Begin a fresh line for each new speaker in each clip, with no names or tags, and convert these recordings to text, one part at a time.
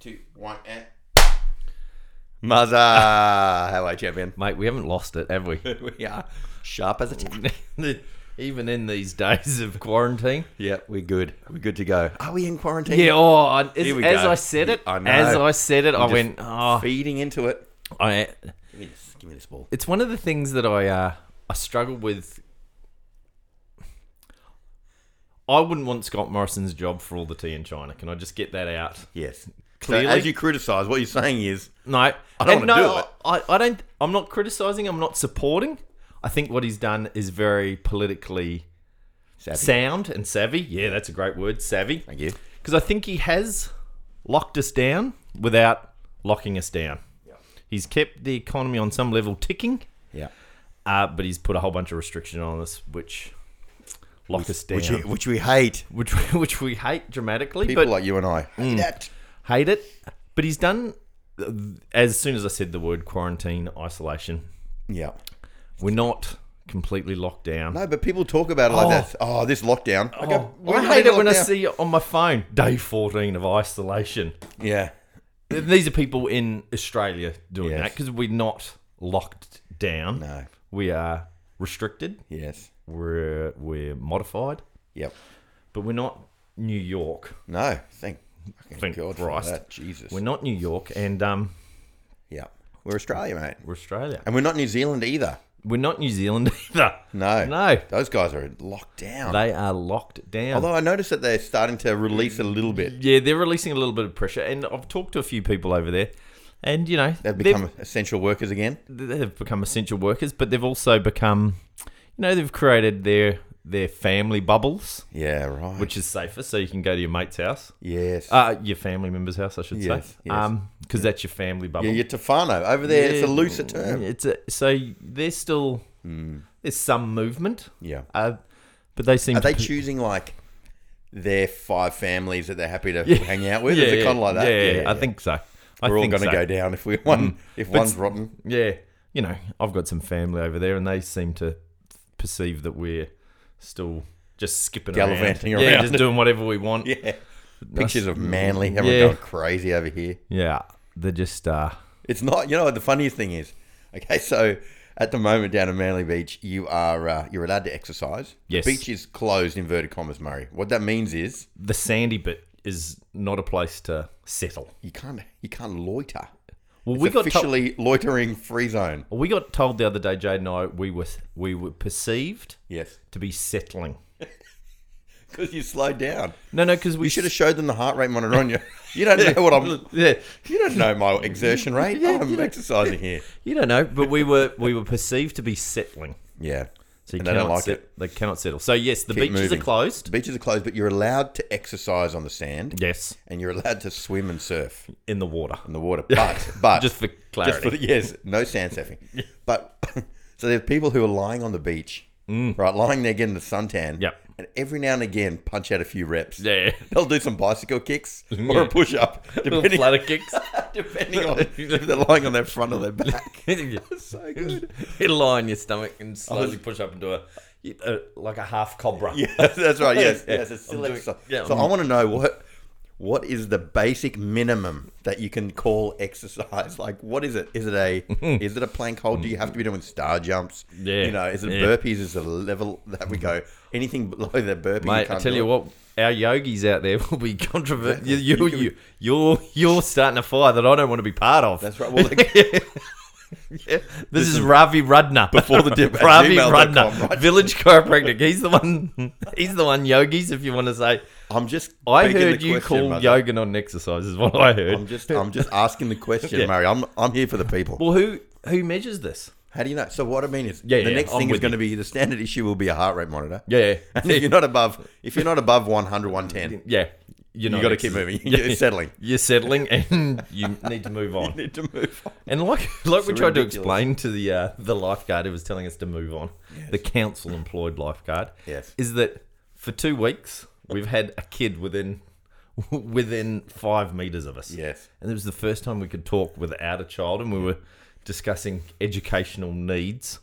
two, one, and
Uh,
Mazza! Hello, champion.
Mate, we haven't lost it, have we?
We are sharp as a tack.
Even in these days of quarantine.
Yeah, we're good. We're good to go. Are we in quarantine?
Yeah, oh, I, as,
Here we
as
go.
I said it,
I know.
as I said it, I
just
went, oh,
Feeding into it.
I,
Give me this, give me this ball.
it's one of the things that I, uh, I struggle with. I wouldn't want Scott Morrison's job for all the tea in China. Can I just get that out?
Yes.
Clearly.
So as you criticise, what you're saying is
No,
I don't
And
wanna
no,
do it.
I, I don't. I'm not criticizing. I'm not supporting. I think what he's done is very politically
savvy.
sound and savvy. Yeah, that's a great word, savvy.
Thank you.
Because I think he has locked us down without locking us down. He's kept the economy on some level ticking,
Yeah.
uh, but he's put a whole bunch of restriction on us, which lock us down,
Which, you- which we hate.
which which we hate dramatically.
People
but
like you and I. Mm. Hate that.
hate it. But he's done. As soon as I said the word quarantine, isolation,
Yeah.
we're not completely locked down.
No, but people talk about it like
Oh.
that. Oh, this lockdown. I,
Oh, I hate it when I see it on my phone. Day 14 of isolation.
Yeah.
These are people in Australia doing
Yes.
that because we're not locked down.
No.
We are restricted.
Yes.
We're we're modified,
Yep.
but we're not New York.
No. Thank, fucking
Thank
God
Christ.
for that. Jesus.
We're not New York, and um,
yeah. We're Australia, mate.
we're Australia.
And we're not New Zealand either.
We're not New Zealand either.
No.
no,
Those guys are locked down.
they are locked down.
Although I noticed that they're starting to release a little bit.
yeah, they're releasing a little bit of pressure, and I've talked to a few people over there, and you know
They've become essential workers again.
they've become essential workers, but they've also become, you know, they've created their their family bubbles,
Yeah, right.
which is safer, so you can go to your mate's house,
yes.
uh, your family member's house, I should
Yes,
say,
yes.
because that's your family bubble.
yeah, you're Tefano. Over there, it's a
Yeah,
looser term. Hmm.
It's a, so there's still there's some movement,
Yeah.
uh, but they seem
Are
to
they
pe-
choosing like their five families that they're happy to
Yeah.
hang out with?
Yeah,
is it
yeah,
kind of like that?
Yeah, yeah, I think so. I
we're all
think
going to
so. Mm.
go down if we one if one's
s-
rotten.
Yeah, you know, I've got some family over there, and they seem to perceive that we're still just skipping
Gallivanting
around. Yeah,
around.
just doing whatever we want. Yeah,
Yeah. Pictures of Manly, everyone
mm, Yeah.
going crazy over here.
they're just uh,
It's not. You know what the funniest thing is? Okay, so at the moment down in Manly Beach, you are uh, you're allowed to exercise.
Yes.
The beach is closed. Inverted commas, Murray. What that means is
the sandy bit is not a place to settle.
you can't you can't loiter.
Well,
It's
we got told,
officially loitering free zone.
we got told the other day, Jade and I, we were we were perceived
Yes,
to be settling.
because you slowed down.
No, no, because we
You should have showed them the heart rate monitor on you. You don't know what I'm.
Yeah,
You don't know my exertion rate. I'm exercising here.
you don't know, but we were we were perceived to be settling.
Yeah.
So you
and they
cannot
don't like
set-
it.
They cannot settle. So yes, the
Keep
beaches
moving.
are closed.
Beaches are closed, but you're allowed to exercise on the sand,
Yes,
and you're allowed to swim and surf
in the water.
in the water. But but
Just for
just
clarity.
for the- yes, no sand surfing. But so there's people who are lying on the beach, right, lying there getting the suntan.
Mm. Yep.
And every now and again, punch out a few reps.
yeah.
They'll do some bicycle kicks or a push up,
Little
depending,
flutter kicks.
depending on if they're lying on their front or their back.
so good. It'll lie on your stomach and slowly push up into a, a like a half cobra.
Yeah, that's right. Yes, yes. It's
I'm
still
doing-
exercise.
yeah,
so
I'm-
I want to know what what is the basic minimum that you can call exercise? Like, what is it? Is it a is it a plank hold? Do you have to be doing star jumps?
Yeah,
You know, is it
yeah.
burpees? Is it a level that we go anything below the burpee?
Mate, I tell you what, our yogis out there will be controversial. You, you,
You
you,
can-
you, you're, you're starting a fire that I don't want to be part of.
That's right. Well, like,
Yeah. This is Ravi Rudna.
Before the dip at
Ravi
gmail.com,
Rudna,
right?
village chiropractic. He's the one. He's the one yogis, if you want to say.
I'm just.
I
begging the
heard you
question,
call
mother.
yoga non exercise. Is what I heard.
I'm just. I'm just asking the question,
Yeah.
Murray. I'm. I'm here for the people.
well, who who measures this?
How do you know? So what I mean is,
Yeah,
the
yeah,
next
I'm
thing is
with you.
going to be the standard issue will be a heart rate monitor.
Yeah,
And if you're not above, if you're not above 100, 110,
yeah. You're
you
not
got to keep
exercising.
moving.
Yeah.
You're settling.
You're settling, and you need to move on.
Need to move on.
And like like we
It's
tried
ridiculous.
to explain to the uh, the lifeguard who was telling us to move on, the council employed lifeguard,
Yes.
is that for two weeks we've had a kid within within five meters of us.
Yes.
and it was the first time we could talk without a child, and we were discussing educational needs.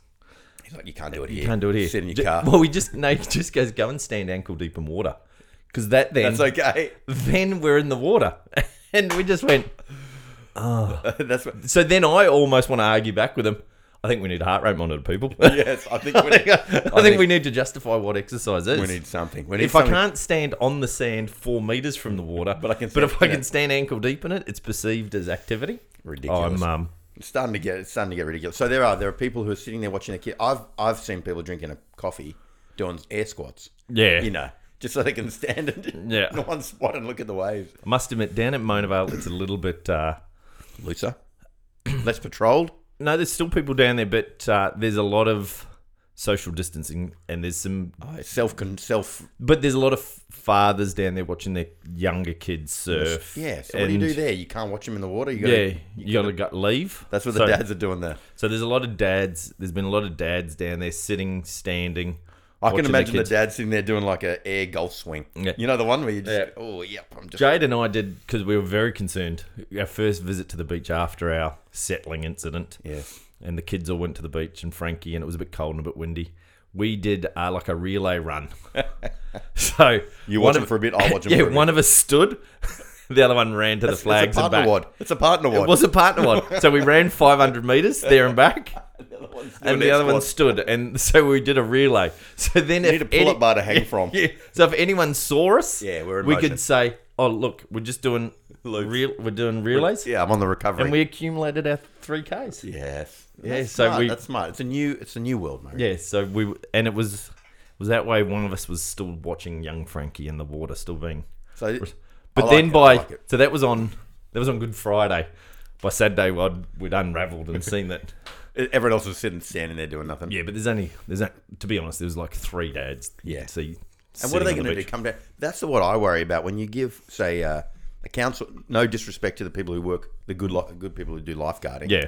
He's like, you can't do it here.
You can't do it here.
Sit in your
Ju-
car.
Well, we just no, he just goes go and stand ankle deep in water because that then
That's okay.
then we're in the water. and we just went.
That's what.
So then I almost want to argue back with them. I think we need a heart rate monitor, people.
Yes, I think
I
we
think,
need,
I think we need to justify what exercise is.
we need something. We need
if
something.
I can't stand on the sand four meters from the water, but
I can
But
stand
if I
in
can
it.
stand ankle deep in it, it's perceived as activity.
Ridiculous.
I'm um,
It's starting to get it's starting to get ridiculous. So there are there are people who are sitting there watching a kid. I've I've seen people drinking a coffee, doing air squats.
yeah.
You know, just so they can stand in,
Yeah.
in one spot and look at the waves.
I must admit, down at Mona Vale, it's a little bit. Uh,
Looser, less patrolled.
no, there's still people down there, but uh, there's a lot of social distancing, and there's some,
Self con self.
but there's a lot of fathers down there watching their younger kids surf.
Yeah. So what do you
and-
do there? You can't watch them in the water. You got
Yeah, you gotta go, leave.
That's what
So-
the dads are doing there.
So there's a lot of dads. There's been a lot of dads down there sitting, standing.
I can
watching
imagine the,
kids.
dad sitting there doing like a air golf swing.
Yeah.
You know the one where you just
Yeah.
oh yep I'm just
Jade and I did because we were very concerned. Our first visit to the beach after our settling incident,
yes
and the kids all went to the beach and Frankie, and it was a bit cold and a bit windy. We did uh, like a relay run. so
you
one
watch
of-
them for a bit I watch them
Yeah,
for a bit.
one of us stood, the other one ran to the flags
it's a
and back.
partner wad it's a partner
It
wad
was a partner one. So we ran 500 meters there and back, and the other one stood, and so we did a relay. So then
you
if
need a pull
any-
up bar to hang from
yeah. So if anyone saw us,
Yeah, we're in
we
motion.
could say, "Oh, look, we're just doing real, we're doing relays,
yeah I'm on the recovery
and we accumulated our three Ks." Yeah.
yes
Yeah,
That's
so
smart,
we-
that's smart it's a new it's a new world mate
so we and it was was that way. One of us was still watching young Frankie in the water, still being.
so I
But
like
then
it, I
by
like it.
so that was on that was on Good Friday. By Saturday, I'd, we'd unravelled and seen that.
everyone else was sitting standing there doing nothing
Yeah, but there's only there's not, to be honest, there was like three dads. you
Yeah.
could see.
And what are they
sitting
going
on the
to do?
beach.
Come down? That's the what I worry about when you give, say, uh, a council. No disrespect to the people who work, the good, li- good people who do lifeguarding.
Yeah,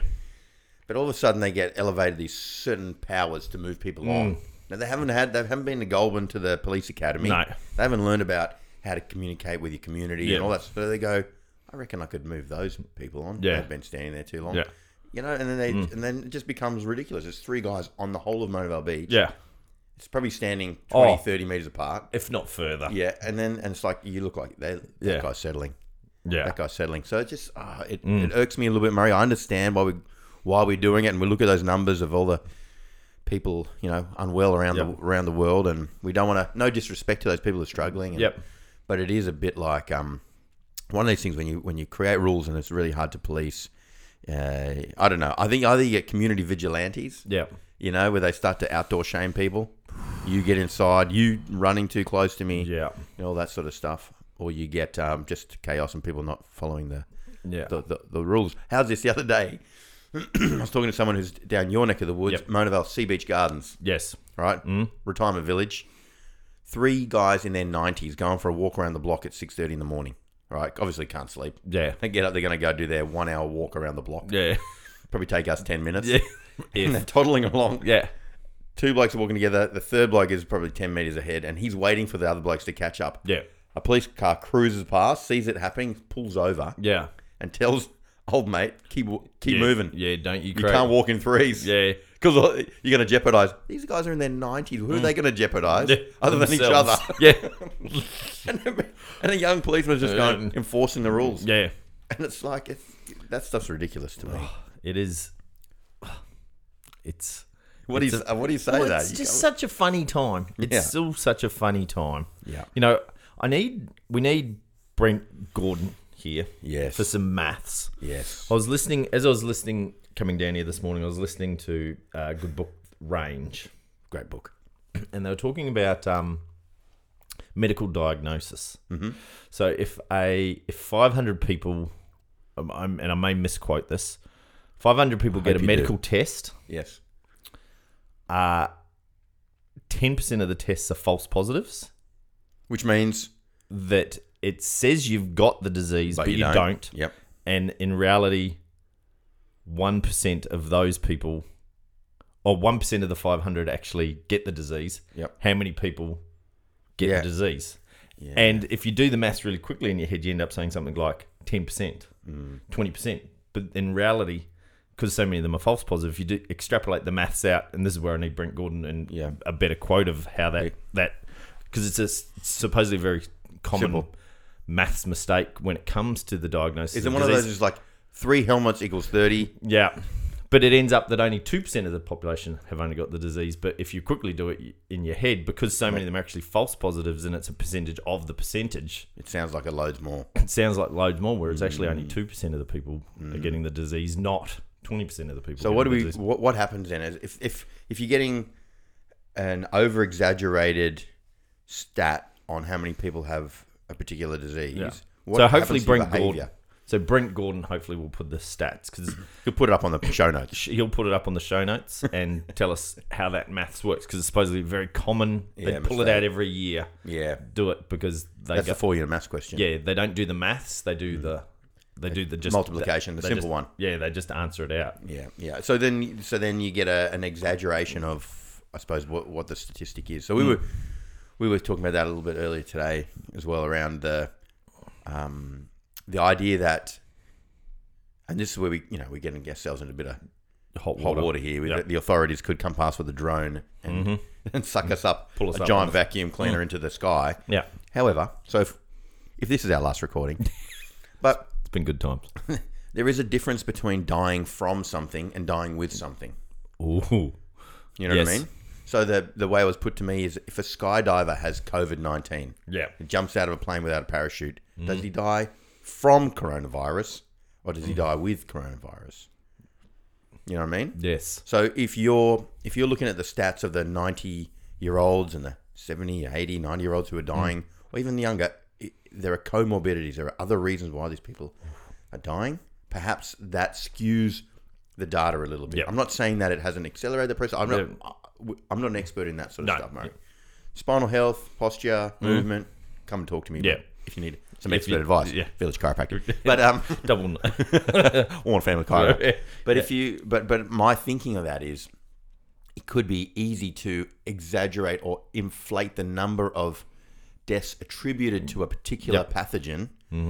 But all of a sudden, they get elevated these certain powers to move people
Mm.
on. Now they haven't had, they haven't been to Goulburn to the police academy.
No.
They haven't learned about how to communicate with your community
Yeah.
and all that. So they go, I reckon I could move those people on.
Yeah.
they've been standing there too long.
Yeah. Mm.
You know, and then they, and then it just becomes ridiculous. It's three guys on the whole of Monavale Beach.
yeah,
It's probably standing 20,
Oh.
30 meters apart.
if not further.
Yeah, and then and it's like you look like they, that
Yeah.
guy's settling.
yeah.
That guy's settling. So it just ah, it,
Mm.
it irks me a little bit, Murray. I understand why we why we're doing it, and we look at those numbers of all the people you know unwell around
Yep.
the around the world, and we don't want to. No disrespect to those people who are struggling. And,
Yep.
But it is a bit like um, one of these things when you when you create rules and it's really hard to police. Uh, I don't know. I think either you get community vigilantes
Yeah.
you know, where they start to outdoor shame people. You get inside, you running too close to me,
Yeah.
and all that sort of stuff. Or you get um, just chaos and people not following the,
Yeah.
the, the, the rules. How's this? The other day, I was talking to someone who's down your neck of the woods,
Yep. Mm-hmm.
Mona Monavale Sea Beach Gardens,
yes.
right? Mm. Retirement village. Three guys in their 90s going for a walk around the block at 6.30 in the morning, right? Obviously can't sleep.
Yeah.
They get up, they're going to go do their one-hour walk around the block.
Yeah.
Probably take us 10 minutes.
Yeah.
And they're toddling along
yeah.
two blokes are walking together. The third bloke is probably 10 meters ahead, and he's waiting for the other blokes to catch up.
Yeah.
A police car cruises past, sees it happening, pulls over,
Yeah.
and tells old mate, keep wa- keep
Yeah.
moving.
Yeah, don't you
You
create-
can't walk in threes.
Yeah.
Because you're going to jeopardize. These guys are in their 90s. Who are
Mm.
they going to jeopardize other than each other?
Themselves. Yeah.
and, a young policeman's just going, enforcing the rules.
Yeah.
And it's like, it's, that stuff's ridiculous to me.
It is it's
What do, you, uh, what do you say to
Well,
that?
it's
You
just
go-
such a funny time. It's
Yeah.
still such a funny time.
Yeah.
You know, I need we need Brent Gordon here
Yes.
for some maths.
yes.
I was listening as I was listening coming down here this morning. I was listening to uh, Good Book Range,
Great book.
and they were talking about um, medical diagnosis. Mm-hmm. So if a if five hundred people, um, I'm, and I may misquote this, five hundred people get a
hope you
medical test.
Yes.
Uh ten percent of the tests are false positives.
Which means
That it says you've got the disease, but, you, don't.
Yep.
and in reality, one percent of those people, or one percent of the five hundred, actually get the disease.
Yep.
How many people get
Yeah.
the disease?
Yeah.
And if you do the maths really quickly in your head, you end up saying something like ten percent,
Mm.
twenty percent. But in reality, because so many of them are false positive, if you do extrapolate the maths out, and this is where I need Brent Gordon and
Yeah.
a better quote of how that that because it's a s- supposedly very common
Simple.
maths mistake when it comes to the diagnosis.
Is it one of
disease.
those is like three helmets equals 30?
Yeah. But it ends up that only 2% of the population have only got the disease. But if you quickly do it in your head, because so many of them are actually false positives and it's a percentage of the percentage,
It sounds like a loads more.
it sounds like loads more, where it's actually only 2% of the people are getting the disease, not 20% of the people.
Mm. So what do
getting the
we?
disease.
What, what happens then? Is if if if you're getting an over exaggerated stat on how many people have a particular disease,
Yeah.
what
so
happens
hopefully
to your
Brent Gordon.
behaviour?
So Brent Gordon hopefully will put the stats because
You'll put it up on the show notes.
he'll put it up on the show notes and tell us how that maths works because it's supposedly very common. they
Yeah,
pull it
mistake.
out every year.
Yeah,
Do it because they
that's
go,
the four-year maths question.
Yeah, they don't do the maths. They do the they do the just
Mm. multiplication, the
they
simple
just-
one.
Yeah, they just answer it out.
yeah, yeah. So then, so then you get a, an exaggeration of, I suppose, what what the statistic is.
Hmm.
So we were we were talking about that a little bit earlier today as well around the um, the idea that, and this is where we you know we're getting ourselves into a bit of
Hot
hot
water.
water, here.
Yeah.
The authorities could come past with a drone and, and suck us up,
Mm-hmm. Mm. Pull
a
us up on Mm.
giant vacuum cleaner into the sky.
Yeah,
However, so if, if this is our last recording, but
it's been good times.
there is a difference between dying from something and dying with something.
Ooh,
You know what I
Yes.
mean? So the the way it was put to me is if a skydiver has COVID nineteen,
yeah. Mm-hmm.
jumps out of a plane without a parachute, does he die from coronavirus or does he die with coronavirus? You know what I mean?
Yes.
So if you're if you're looking at the stats of the 90 year olds and the 70, 80, 90 year olds
Mm.
who are dying, or even the younger, i there are comorbidities. There are other reasons why these people are dying. Perhaps that skews the data a little bit.
Yep.
I'm not saying that it hasn't accelerated the process. I'm not.
Yeah.
I- I'm not an expert in that sort of
No. Mm.
stuff, mate. Spinal health, posture, movement. Come and talk to me.
Yeah.
mate, If you need some
If
expert
you-
advice,
yeah.
village chiropractor. But um,
Double.
or on family chiropractor.
Yeah.
But if you, but but my thinking of that is, it could be easy to exaggerate or inflate the number of deaths attributed to a particular pathogen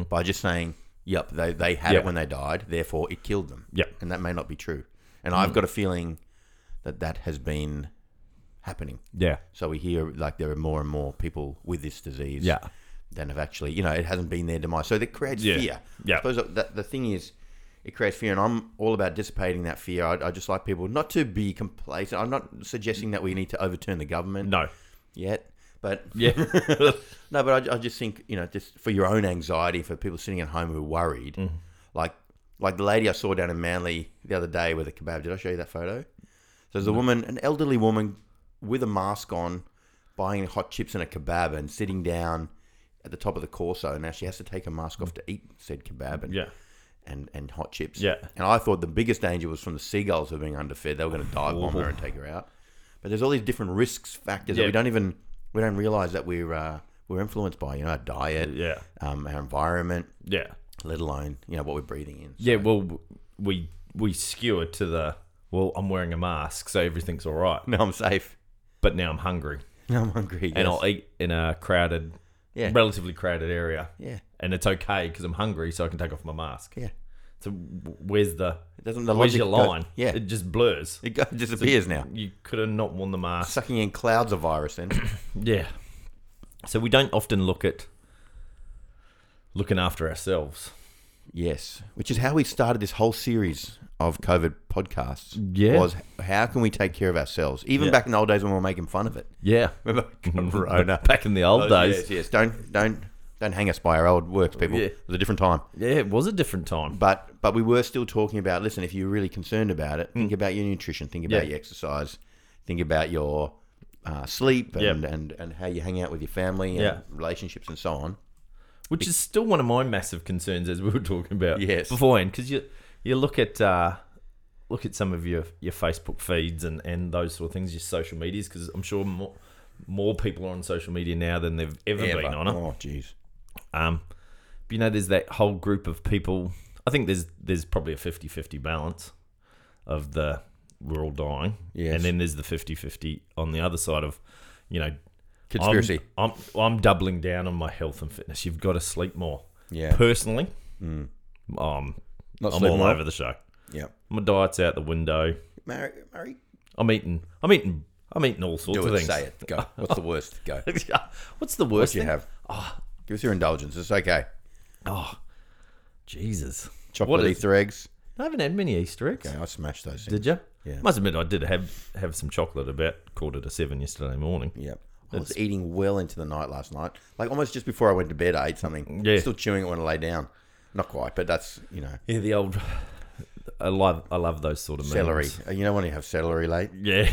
by just saying, "Yep, they they had
Mm-hmm. Yep.
it when they died, therefore it killed them."
Yep. Mm-hmm.
and that may not be true. And I've got a feeling that that has been happening.
yeah.
So we hear like there are more and more people with this disease
Yeah.
than have actually, you know, it hasn't been their demise. So that creates
Yeah.
fear.
Yeah.
I suppose that the thing is, it creates fear, and I'm all about dissipating that fear. I, I just like people not to be complacent. I'm not suggesting that we need to overturn the government
No.
yet, but
Yeah.
no, but I, I just think you know, just for your own anxiety, for people sitting at home who are worried, like like the lady I saw down in Manly the other day with a kebab. Did I show you that photo? So there's a woman, an elderly woman with a mask on, buying hot chips and a kebab, and sitting down at the top of the Corso. Now she has to take her mask off to eat said kebab and
yeah.
and, and hot chips.
Yeah.
And I thought the biggest danger was from the seagulls who were being underfed. They were going to dive bomb her and take her out. But there's all these different risks factors
Yeah.
that we don't even we don't realize that we're uh, we're influenced by. You know, our diet,
Yeah.
um, our environment,
Yeah.
let alone you know what we're breathing in.
Yeah. Well, w- we we skewer to the well. I'm wearing a mask, so everything's all right.
Now I'm safe.
But now I'm hungry,
Now I'm hungry.
and
yes.
I'll eat in a crowded,
Yeah.
relatively crowded area.
yeah.
and it's okay because I'm hungry, so I can take off my mask.
Yeah.
So w- where's the
It doesn't the
where's
logic
your
go-
line?
yeah.
it just blurs.
It, go, it disappears now.
You could have not worn the mask.
Sucking in clouds of virus then.
Yeah. So we don't often look at looking after ourselves.
Yes, which is how we started this whole series of COVID podcasts.
Yeah.
was how can we take care of ourselves? Even
Yeah.
back in the old days when we were making fun of it.
Yeah.
Remember Corona?
Back in the old days.
Oh, Yes, yes. Don't don't don't hang us by our old works, people.
Yeah.
It was a different time,
Yeah. it was a different time.
but but we were still talking about. Listen, if you're really concerned about it, think about your nutrition, think about
Hmm. Yeah.
your exercise, think about your uh, sleep, and,
Yeah.
and and how you hang out with your family, and
Yeah.
relationships, and so on.
which is still one of my massive concerns as we were talking about
Yes.
beforehand because you you look at uh, look at some of your your Facebook feeds and, and those sort of things your social medias because I'm sure more more people are on social media now than they've ever
Ever.
been on it.
Oh, jeez.
Um, but you know, there's that whole group of people. I think there's there's probably a 50-50 balance of the we're all dying,
Yes.
and then there's the 50-50 on the other side of you know
Conspiracy.
I'm, I'm I'm doubling down on my health and fitness. You've got to sleep more.
Yeah. Hmm.
Personally, um,
Not
I'm
sleep
all
more.
over the show.
Yeah.
My diet's out the window.
Murray, Murray,
I'm eating. I'm eating. I'm eating all sorts
do
of
it.
things.
Say it. Go. What's the worst? Go.
What's the worst
you
thing?
have? Give us your indulgence. It's okay.
Oh, Jesus.
Chocolate
is-
Easter eggs.
I haven't had many Easter eggs.
Yeah, I smashed those. Things.
Did you?
Yeah.
Must admit, I did have have some chocolate about quarter to seven yesterday morning.
Yep. I was eating well into the night last night. Like almost just before I went to bed, I ate something.
Yeah.
Still chewing it when I lay down. Not quite, but that's, you know,
Yeah, the old. I love I love those sort of
celery.
meals.
You know when you have celery late?
Yeah,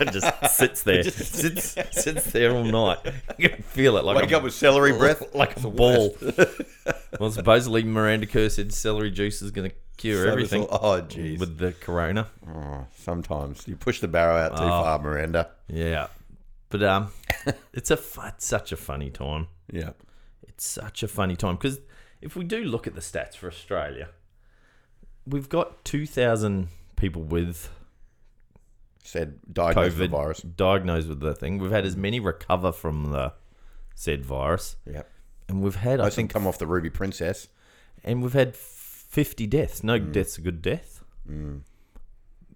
it just sits there, sits sits there all night. You can feel it like
Wake
a,
up with celery breath.
like a ball. well, supposedly Miranda Kerr said celery juice is going to cure everything
Oh, jeez.
with the corona.
Oh, sometimes you push the barrow out too
Ah.
far, Miranda.
Yeah, but um, it's a fu- it's such a funny time.
Yeah.
It's such a funny time because if we do look at the stats for Australia, we've got two thousand people with
Said diagnosed the
COVID
virus.
diagnosed with the thing. We've had as many recover from the said virus,
Yep.
and we've had I
Most didn't
think,
come off the Ruby Princess.
and we've had fifty deaths. No death's a good death, Mm.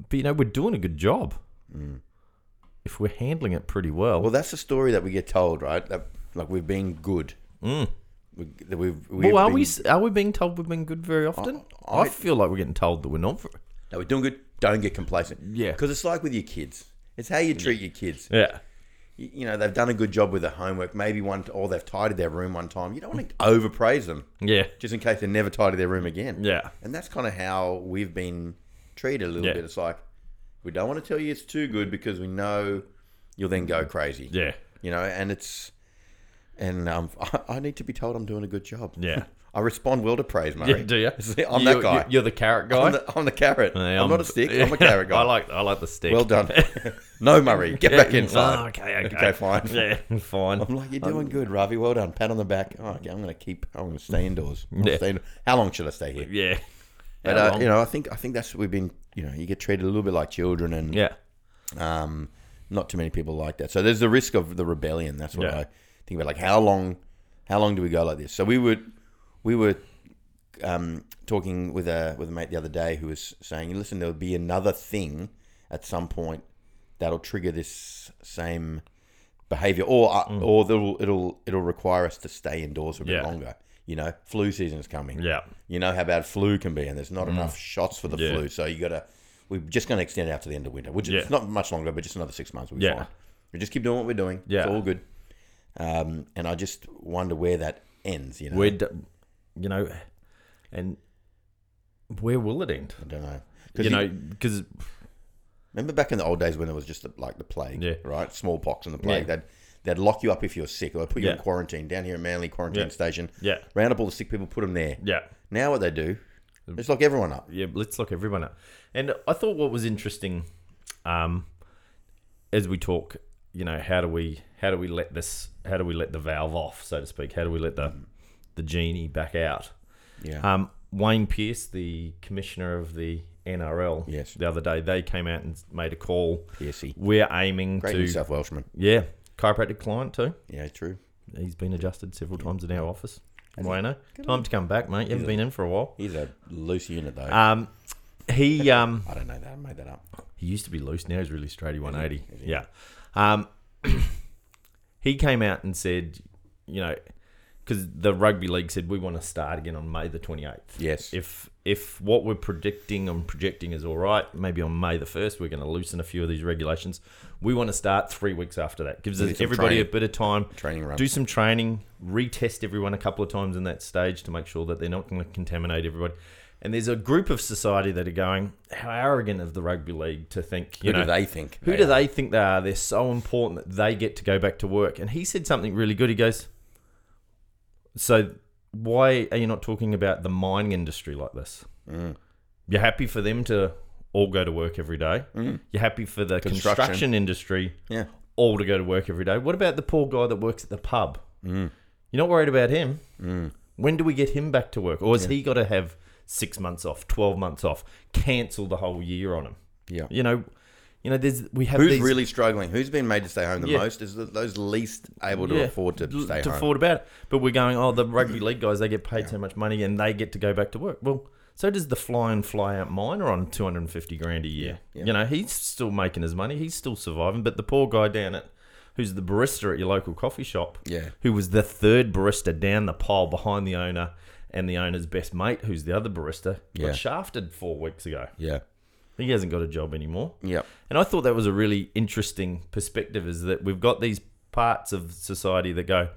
but you know we're doing a good job if we're handling it pretty Mm. well.
Well, that's the story that we get told, right? That, like we've been good.
Mm.
We, that we've, we've
well, are
been-
we s- are we being told we've been good very often? I,
I-
feel like we're getting told that we're not. For,
No, we're doing good. Don't get complacent.
Yeah.
Because it's like with your kids. It's how you treat your kids.
yeah,
You, you know, they've done a good job with their homework. Maybe one, or they've tidied their room one time. You don't want to overpraise them
yeah,
just in case they never tidy their room again.
yeah,
And that's kind of how we've been treated a little
Yeah.
bit. It's like, we don't want to tell you it's too good because we know you'll then go crazy.
yeah,
You know, and it's, and um, I, I need to be told I'm doing a good job.
yeah.
I respond well to praise,
Yeah,
Murray.
do you?
I'm
You're-
that guy.
You're the carrot guy.
I'm, the, I'm the carrot.
Yeah,
I'm, not a stick. I'm a carrot guy.
I like I like the stick.
Well done. no, Murray, get back inside.
Oh, okay, okay,
Okay, fine.
Yeah, Mm. fine.
I'm like, you're doing good, Ravi. Well done. Pat on the back. Oh, okay, I'm going to keep. I'm going to stay indoors. I'm gonna
Yeah.
stay in- How long should I stay here?
yeah.
But
How
uh,
long?
you know, I think I think that's what we've been. You know, you get treated a little bit like children, and
yeah,
um, not too many people like that. So there's the risk of the rebellion. That's what
Yeah.
I think about. Like, how long? How long do we go like this? So we would, we were. Um, talking with a with a mate the other day who was saying, "Listen, there'll be another thing at some point that'll trigger this same behavior, or uh, or it'll it'll it'll require us to stay indoors for a bit
Mm. Yeah.
longer. You know, flu season's coming.
yeah,
You know how bad flu can be, and there's not enough shots for the
Mm. Yeah.
flu. So you got to. We're just going to extend it out to the end of winter, which
Yeah.
is not much longer, but just another six months. We'll be
Yeah.
fine. We just keep doing what we're doing.
Yeah.
it's all good. Um, and I just wonder where that ends. You know,
We're, d- you know, and where will it end?
I don't know. 'Cause
You know, because
remember back in the old days when there was just like the plague,
Yeah.
right? Smallpox and the plague.
Yeah.
They'd they'd lock you up if you were sick, or they'd put you in
Yeah.
quarantine down here in Manly quarantine
Yeah.
station.
yeah,
Round up all the sick people, put them there.
yeah,
Now what they do? They
Mm.
just lock everyone up.
yeah. Let's look everyone up. And I thought what was interesting, um, as we talk, you know, how do we how do we let this how do we let the valve off, so to speak? How do we let the the genie back out?
Yeah.
Um, Wayne Pearce, the commissioner of the NRL,
Yes.
the other day they came out and made a call.
Piercy,
We're aiming
great New
to,
South Welshman.
yeah, chiropractic client too.
Yeah, true.
He's been adjusted several times in our office. Wayno, time to come back, mate. You haven't been in for a while.
He's a loose unit though.
Um, he um,
I don't know that. I made that up.
He used to be loose. Now he's really straight. He 180. Yeah. Um, he came out and said, you know, because the rugby league said we want to start again on May the 28th.
Yes.
If if what we're predicting and projecting is all right, maybe on May the 1st we're going to loosen a few of these regulations. We want to start three weeks after that. Gives
Do
us
some
everybody
training.
a bit of time.
Training run.
Do some training, retest everyone a couple of times in that stage to make sure that they're not going to contaminate everybody. And there's a group of society that are going, how arrogant of the rugby league to think, you
Who
know,
do they think?
who do they think they are? They're so important that they get to go back to work. And he said something really good. He goes, So why are you not talking about the mining industry like this?
Mm.
You're happy for them to all go to work every day. You're happy for the construction,
Mm. Construction.
industry
Yeah.
all to go to work every day. What about the poor guy that works at the pub?
Mm.
You're not worried about him. When do we get him back to work? Or has he got to have six months off, 12 months off, cancel the whole year on him?
Yeah.
You know, you know, there's we have
Who's
these,
really struggling? Who's been made to stay home the
Yeah.
most? Is the, those least able to
yeah,
afford to
l-
stay home? Mm.
afford about it. But we're going, oh, the rugby league guys, they get paid so much money and they get to go back to work. Well, so does the fly in, fly out miner on 250 grand a year. You know, he's still making his money, he's still surviving, but the poor guy down at who's the barista at your local coffee shop,
Yeah.
who was the third barista down the pile behind the owner and the owner's best mate, who's the other barista,
Yeah.
got shafted four weeks ago.
Yeah.
He hasn't got a job anymore.
Yep.
And I thought that was a really interesting perspective is that we've got these parts of society that go,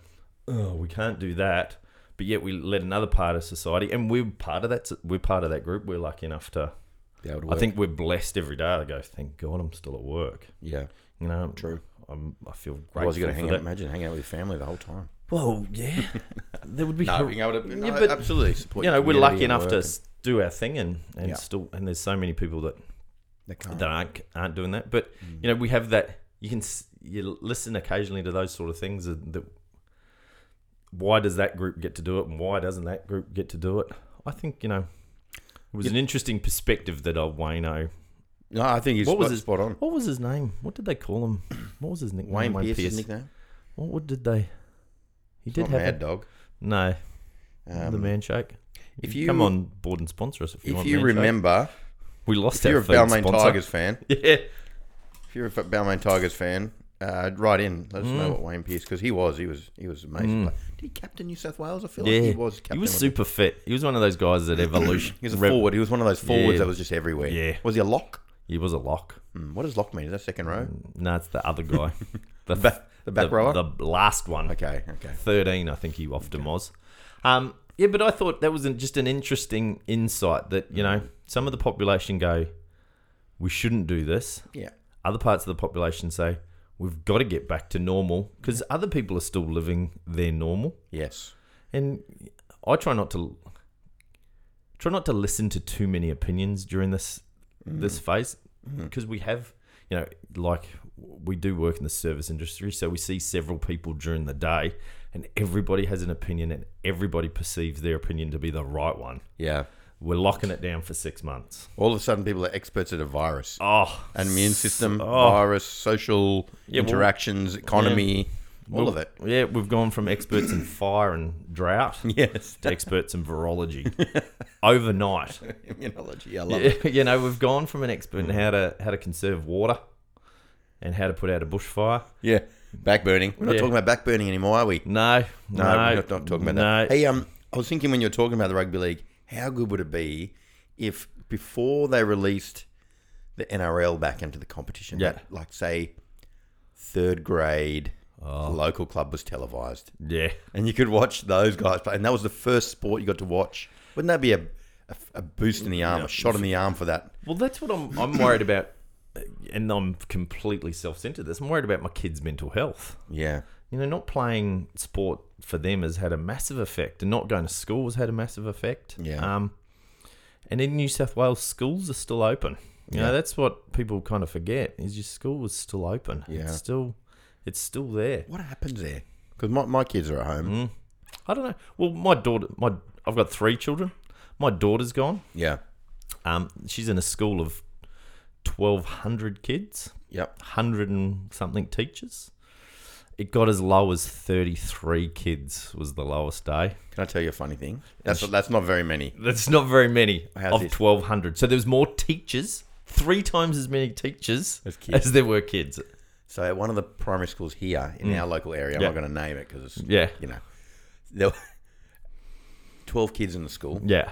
oh, we can't do that. But yet we let another part of society, and we're part of that. We're part of that group. We're lucky enough to.
That would
I think we're blessed every day to go. Thank God, I'm still at work.
Yeah.
You know,
True.
I'm, I feel grateful.
Otherwise, you got to
for
hang
that.
out. Imagine hanging out with your family the whole time.
Well, yeah, there would be.
No,
hor-
being able to.
Yeah,
yeah,
but-
but absolutely support.
you know,
your
we're
community
lucky
and
enough to
work
s- do our thing, and and
Yeah.
still, and there's so many people that
and- they can't.
that aren't aren't doing that. But
Mm.
you know, we have that. You can s- you listen occasionally to those sort of things. That, that why does that group get to do it, and why doesn't that group get to do it? I think you know, it was an interesting perspective that old Wayno.
No, I think he's
What was
spot,
his-
spot on.
What was his name? What did they call him? What was his nickname?
Wayne Pierce's nickname.
What, what did they? He did
Not
have
Mad
a-
Dog.
no
Um,
the man shake.
if
You come
you-
on board and sponsor us if you
if
want.
you
Man Shake.
remember,
we lost
if you're
our
a
food
Balmain
sponsor.
Tigers fan,
Yeah,
if you're a f- Balmain Tigers fan, uh, write in. Let us
Mm.
know what Wayne Pierce because he was, he was, he was amazing. Like, did he captain New South Wales? I feel
yeah.
like he was. Captain
He was
with-
super fit. He was one of those guys that evolution.
He was a
rev-
forward. He was one of those forwards
Yeah.
that was just everywhere.
Yeah.
Was he a lock?
He was a lock.
Mm, what does lock mean? Is that second row?
No, it's the other guy. the,
back- the back rower?
The last one.
Okay. Okay.
Thirteen, I think he often was. Um, yeah, but I thought that was an- just an interesting insight that you know some of the population go, we shouldn't do this.
Yeah.
other parts of the population say we've got to get back to normal because other people are still living their normal
Yes.
and i try not to try not to listen to too many opinions during this
Mm.
this phase
Mm-hmm.
because we have you know like we do work in the service industry so we see several people during the day and everybody has an opinion and everybody perceives their opinion to be the right one
Yeah.
we're locking it down for six months
All of a sudden, people are experts at a virus.
oh
An immune system,
oh.
virus, social
Yeah, well-
interactions, economy, all
Well,
of it.
Yeah, we've gone from experts in fire and drought
Yes.
to experts in virology overnight.
Immunology. I love it.
you know, we've gone from an expert
Mm.
in how to how to conserve water and how to put out a bushfire.
Yeah. Backburning. We're not
Yeah.
talking about backburning anymore, are we?
No,
No,
no,
we're not, not talking about
no.
that. Hey, um, I was thinking when you were talking about the rugby league, how good would it be if before they released the NRL back into the competition,
Yeah.
that, like say third grade local club was televised,
Yeah,
and you could watch those guys play, and that was the first sport you got to watch. Wouldn't that be a a, a boost in the arm, a shot in the arm for that?
well, that's what I'm I'm worried about, and I'm completely self-centered. This I'm worried about my kids' mental health.
Yeah,
You know, not playing sport for them has had a massive effect, and not going to school has had a massive effect.
Yeah.
Um, and in New South Wales, schools are still open. You know,
Yeah.
that's what people kind of forget is your school was still open.
Yeah.
It's still, it's still there.
what happens there? Because my, my kids are at home.
I don't know. Well, my daughter, my I've got three children. My daughter's gone.
Yeah,
Um, she's in a school of twelve hundred kids,
yep.
hundred and something teachers. It got as low as thirty three kids was the lowest day.
Can I tell you a funny thing? That's that's not very many.
That's not very many
How's
of
this?
1,200. So there was more teachers, three times as many teachers
As
as,
kids.
there were kids.
So at one of the primary schools here in our local area, I'm
Mm. Yeah.
not going to name it because it's
Yeah.
you know, there were twelve kids in the school.
Yeah.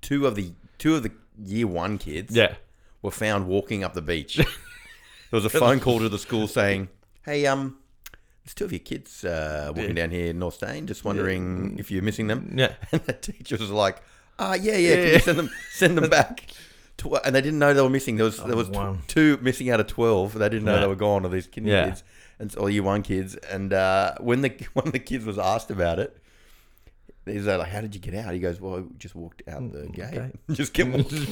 Two of the two of the year one kids
Yeah.
were found walking up the beach. there was a phone call to the school saying, "Hey, um, there's two of your kids uh, walking down here, in North Stain. Just wondering if you're missing them."
Yeah.
And the teacher was like, "Ah, yeah, yeah, can you send them send them back." Tw- And they didn't know they were missing. There was there was tw-
Oh, wow.
two missing out of twelve. They didn't know
No.
they were gone. Or these kidney
Yeah.
kids and all year one kids. And uh, when the one of the kids was asked about it, he's like, "How did you get out?" He goes, "Well, I just walked out the gate.
Mm, okay.
just kept walking.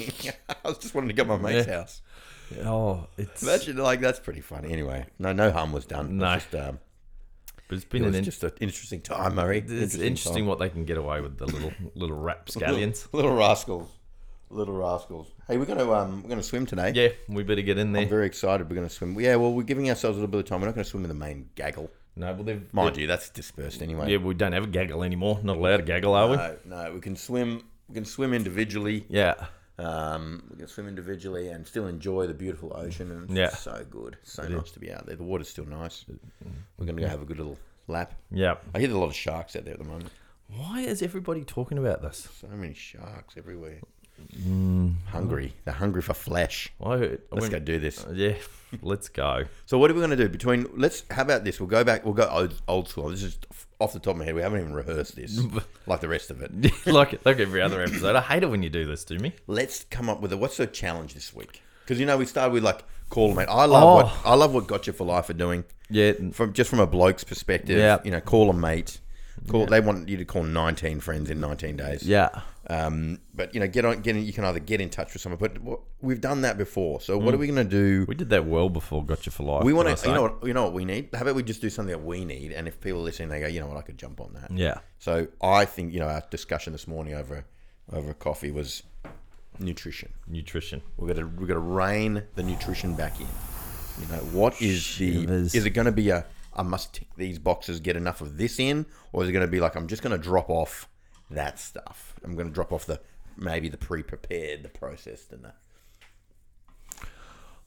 I was just wanting to get my mate's
Yeah.
house.
Oh, it's, but
Imagine like that's pretty funny. Anyway, no, no harm was done.
No.
it was just, um,
it's
it
been
was
an in-
just an interesting time, Murray.
it's interesting
time.
what they can get away with the little little rapscallions.
Little rascals. Little rascals. Hey, we're gonna um, we're gonna swim today.
yeah, we better get in
I'm
there.
very excited. We're gonna swim. Yeah, well, we're giving ourselves a little bit of time. We're not gonna swim with the main gaggle.
No, well, they've,
Mind you, that's dispersed anyway.
yeah, we don't have a gaggle anymore. Not allowed to gaggle, are we?
No, no, we can swim. We can swim individually.
Yeah.
Um, we can swim individually and still enjoy the beautiful ocean. And it's
Yeah. Mm.
so good. So nice to be out there. The water's still nice. We're going to go have a good little lap.
Yeah.
I hear there's a lot of sharks out there at the moment.
Why is everybody talking about this?
So many sharks everywhere. Hungry. They're hungry for flesh.
I heard. Mm. I
Let's
went-
go do this.
Yeah, let's go.
So what are we going to do between? Let's. How about this? We'll go back. We'll go old, old school. This is off the top of my head. We haven't even rehearsed this, like the rest of it.
like like every other episode, I hate it when you do this to me.
Let's come up with a what's the challenge this week? Because you know we started with like call them out. I love what
Oh.
I love what Gotcha for Life are doing
Yeah,
from just from a bloke's perspective.
Yeah.
you know, call a mate. Call they want you to call nineteen friends in nineteen days.
yeah.
Um, but you know, get on. Get in, you can either get in touch with someone, but what- we've done that before. So
Mm.
what are we going to do?
We did that well before Gotcha for Life.
We
can
want
I
to,
say?
you know, what, you know what we need. How about we just do something that we need, and if people are listening, they go, you know what, I could jump on that.
Yeah,
So I think you know our discussion this morning over over coffee was nutrition.
nutrition.
We're gonna we're gonna rein the nutrition back in. You know what is the
Shivers.
is it going to be a I must tick these boxes, get enough of this in, or is it going to be like I'm just going to drop off that stuff? I'm going to drop off the maybe the pre-prepared, the processed, and the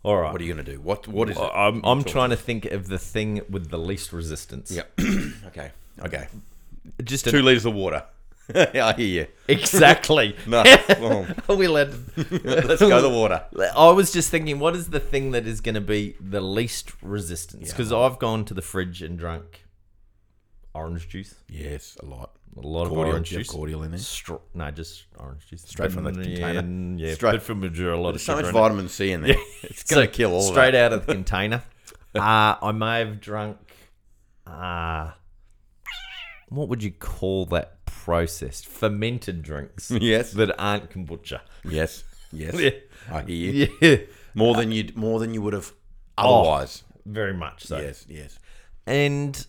All right.
what are you going to do? What what is it?
I'm I'm trying to think of the thing with the least resistance.
Yeah. okay. Okay.
just an-
Two liters of water. yeah, I hear you.
exactly.
No. Well,
Are we allowed? to-
let's go the water.
I was just thinking, what is the thing that is going to be the least resistance? Because I've gone to the fridge and drunk orange juice,
Yes, a lot.
a lot
Cordial,
of orange
do you have
juice,
cordial in there?
Stra- no, just orange juice,
Straight from the
Mm,
container?
Yeah, yeah
Straight-
straight from the a lot of
So
sugar
much
in it.
vitamin C in there. It's gonna
So,
kill all
straight
that.
out of the container. Uh, I may have drunk. Uh, what would you call that processed fermented drinks
Yes.
that aren't kombucha?
Yes. Yes.
Yeah.
I hear you.
Yeah, Oh.
More than you more than you would have otherwise.
very much so.
Yes, yes.
And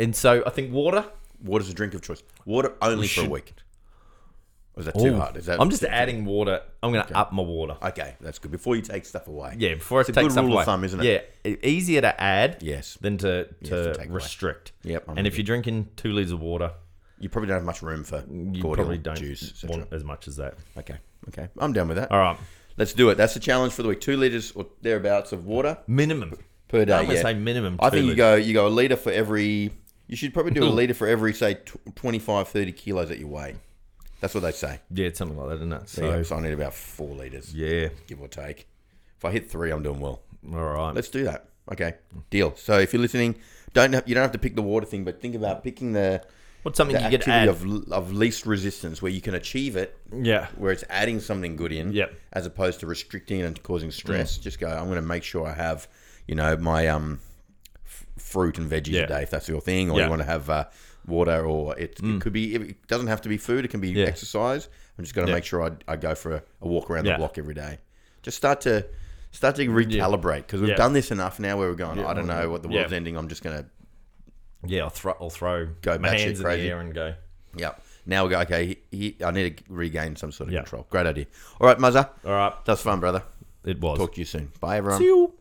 and so I think water.
Water's a drink of choice. Water only for a
should-
week. Or is that too
Ooh.
hard? Is that
I'm just adding water. I'm going to up my water.
Okay, that's good. Before you take stuff away.
Yeah, before
It's
I
a
take
good
stuff
rule of
away.
thumb, isn't it?
Yeah, e- easier to add
Yes.
than to
to
to
take away.
restrict.
Yep, I'm
and
with
if you're drinking two liters of water,
You probably don't have much room for
you
cordial
probably don't
juice. et cetera.
want as much as that.
Okay. Okay. I'm down with that.
All right,
Let's do it. That's the challenge for the week. Two liters or thereabouts of water
minimum.
per day.
I'm gonna
yeah.
say minimum.
I
two
think you
liters.
go you go a liter for every. You should probably do a liter for every say tw- 25, 30 kilos that you weigh. That's what they say.
Yeah, it's something like that, isn't it?
So,
So
so I need about four liters,
yeah,
give or take. If I hit three, I'm doing well.
all right.
Let's do that. Okay, deal. So if you're listening, don't have, you don't have to pick the water thing, but think about picking the,
What's something
the
you could
activity
add?
of, l- of least resistance where you can achieve it,
yeah,
where it's adding something good in,
Yep.
as opposed to restricting and causing stress. Just go. I'm going to make sure I have, you know, my um, f- fruit and veggies
Yeah.
today if that's your thing, or
Yeah. Mm.
you want to have uh, water, or it, it could be. It doesn't have to be food. It can be exercise. I'm just going to make sure I, I go for a, a walk around
Yeah.
the block every day. Just start to start to recalibrate because we've
Yeah.
done this enough now. Where we're going, I don't know what the world's
Yeah.
ending. I'm just going to.
yeah. I'll throw, I'll throw
Go
my
batshit
hands in the
crazy.
air and go.
Yeah. Now we go. Okay, he, he, I need to regain some sort of
Yeah.
control. Great idea. All right, Muzza.
All right,
That's fun, brother.
it was.
Talk to you soon. Bye, everyone.
See you.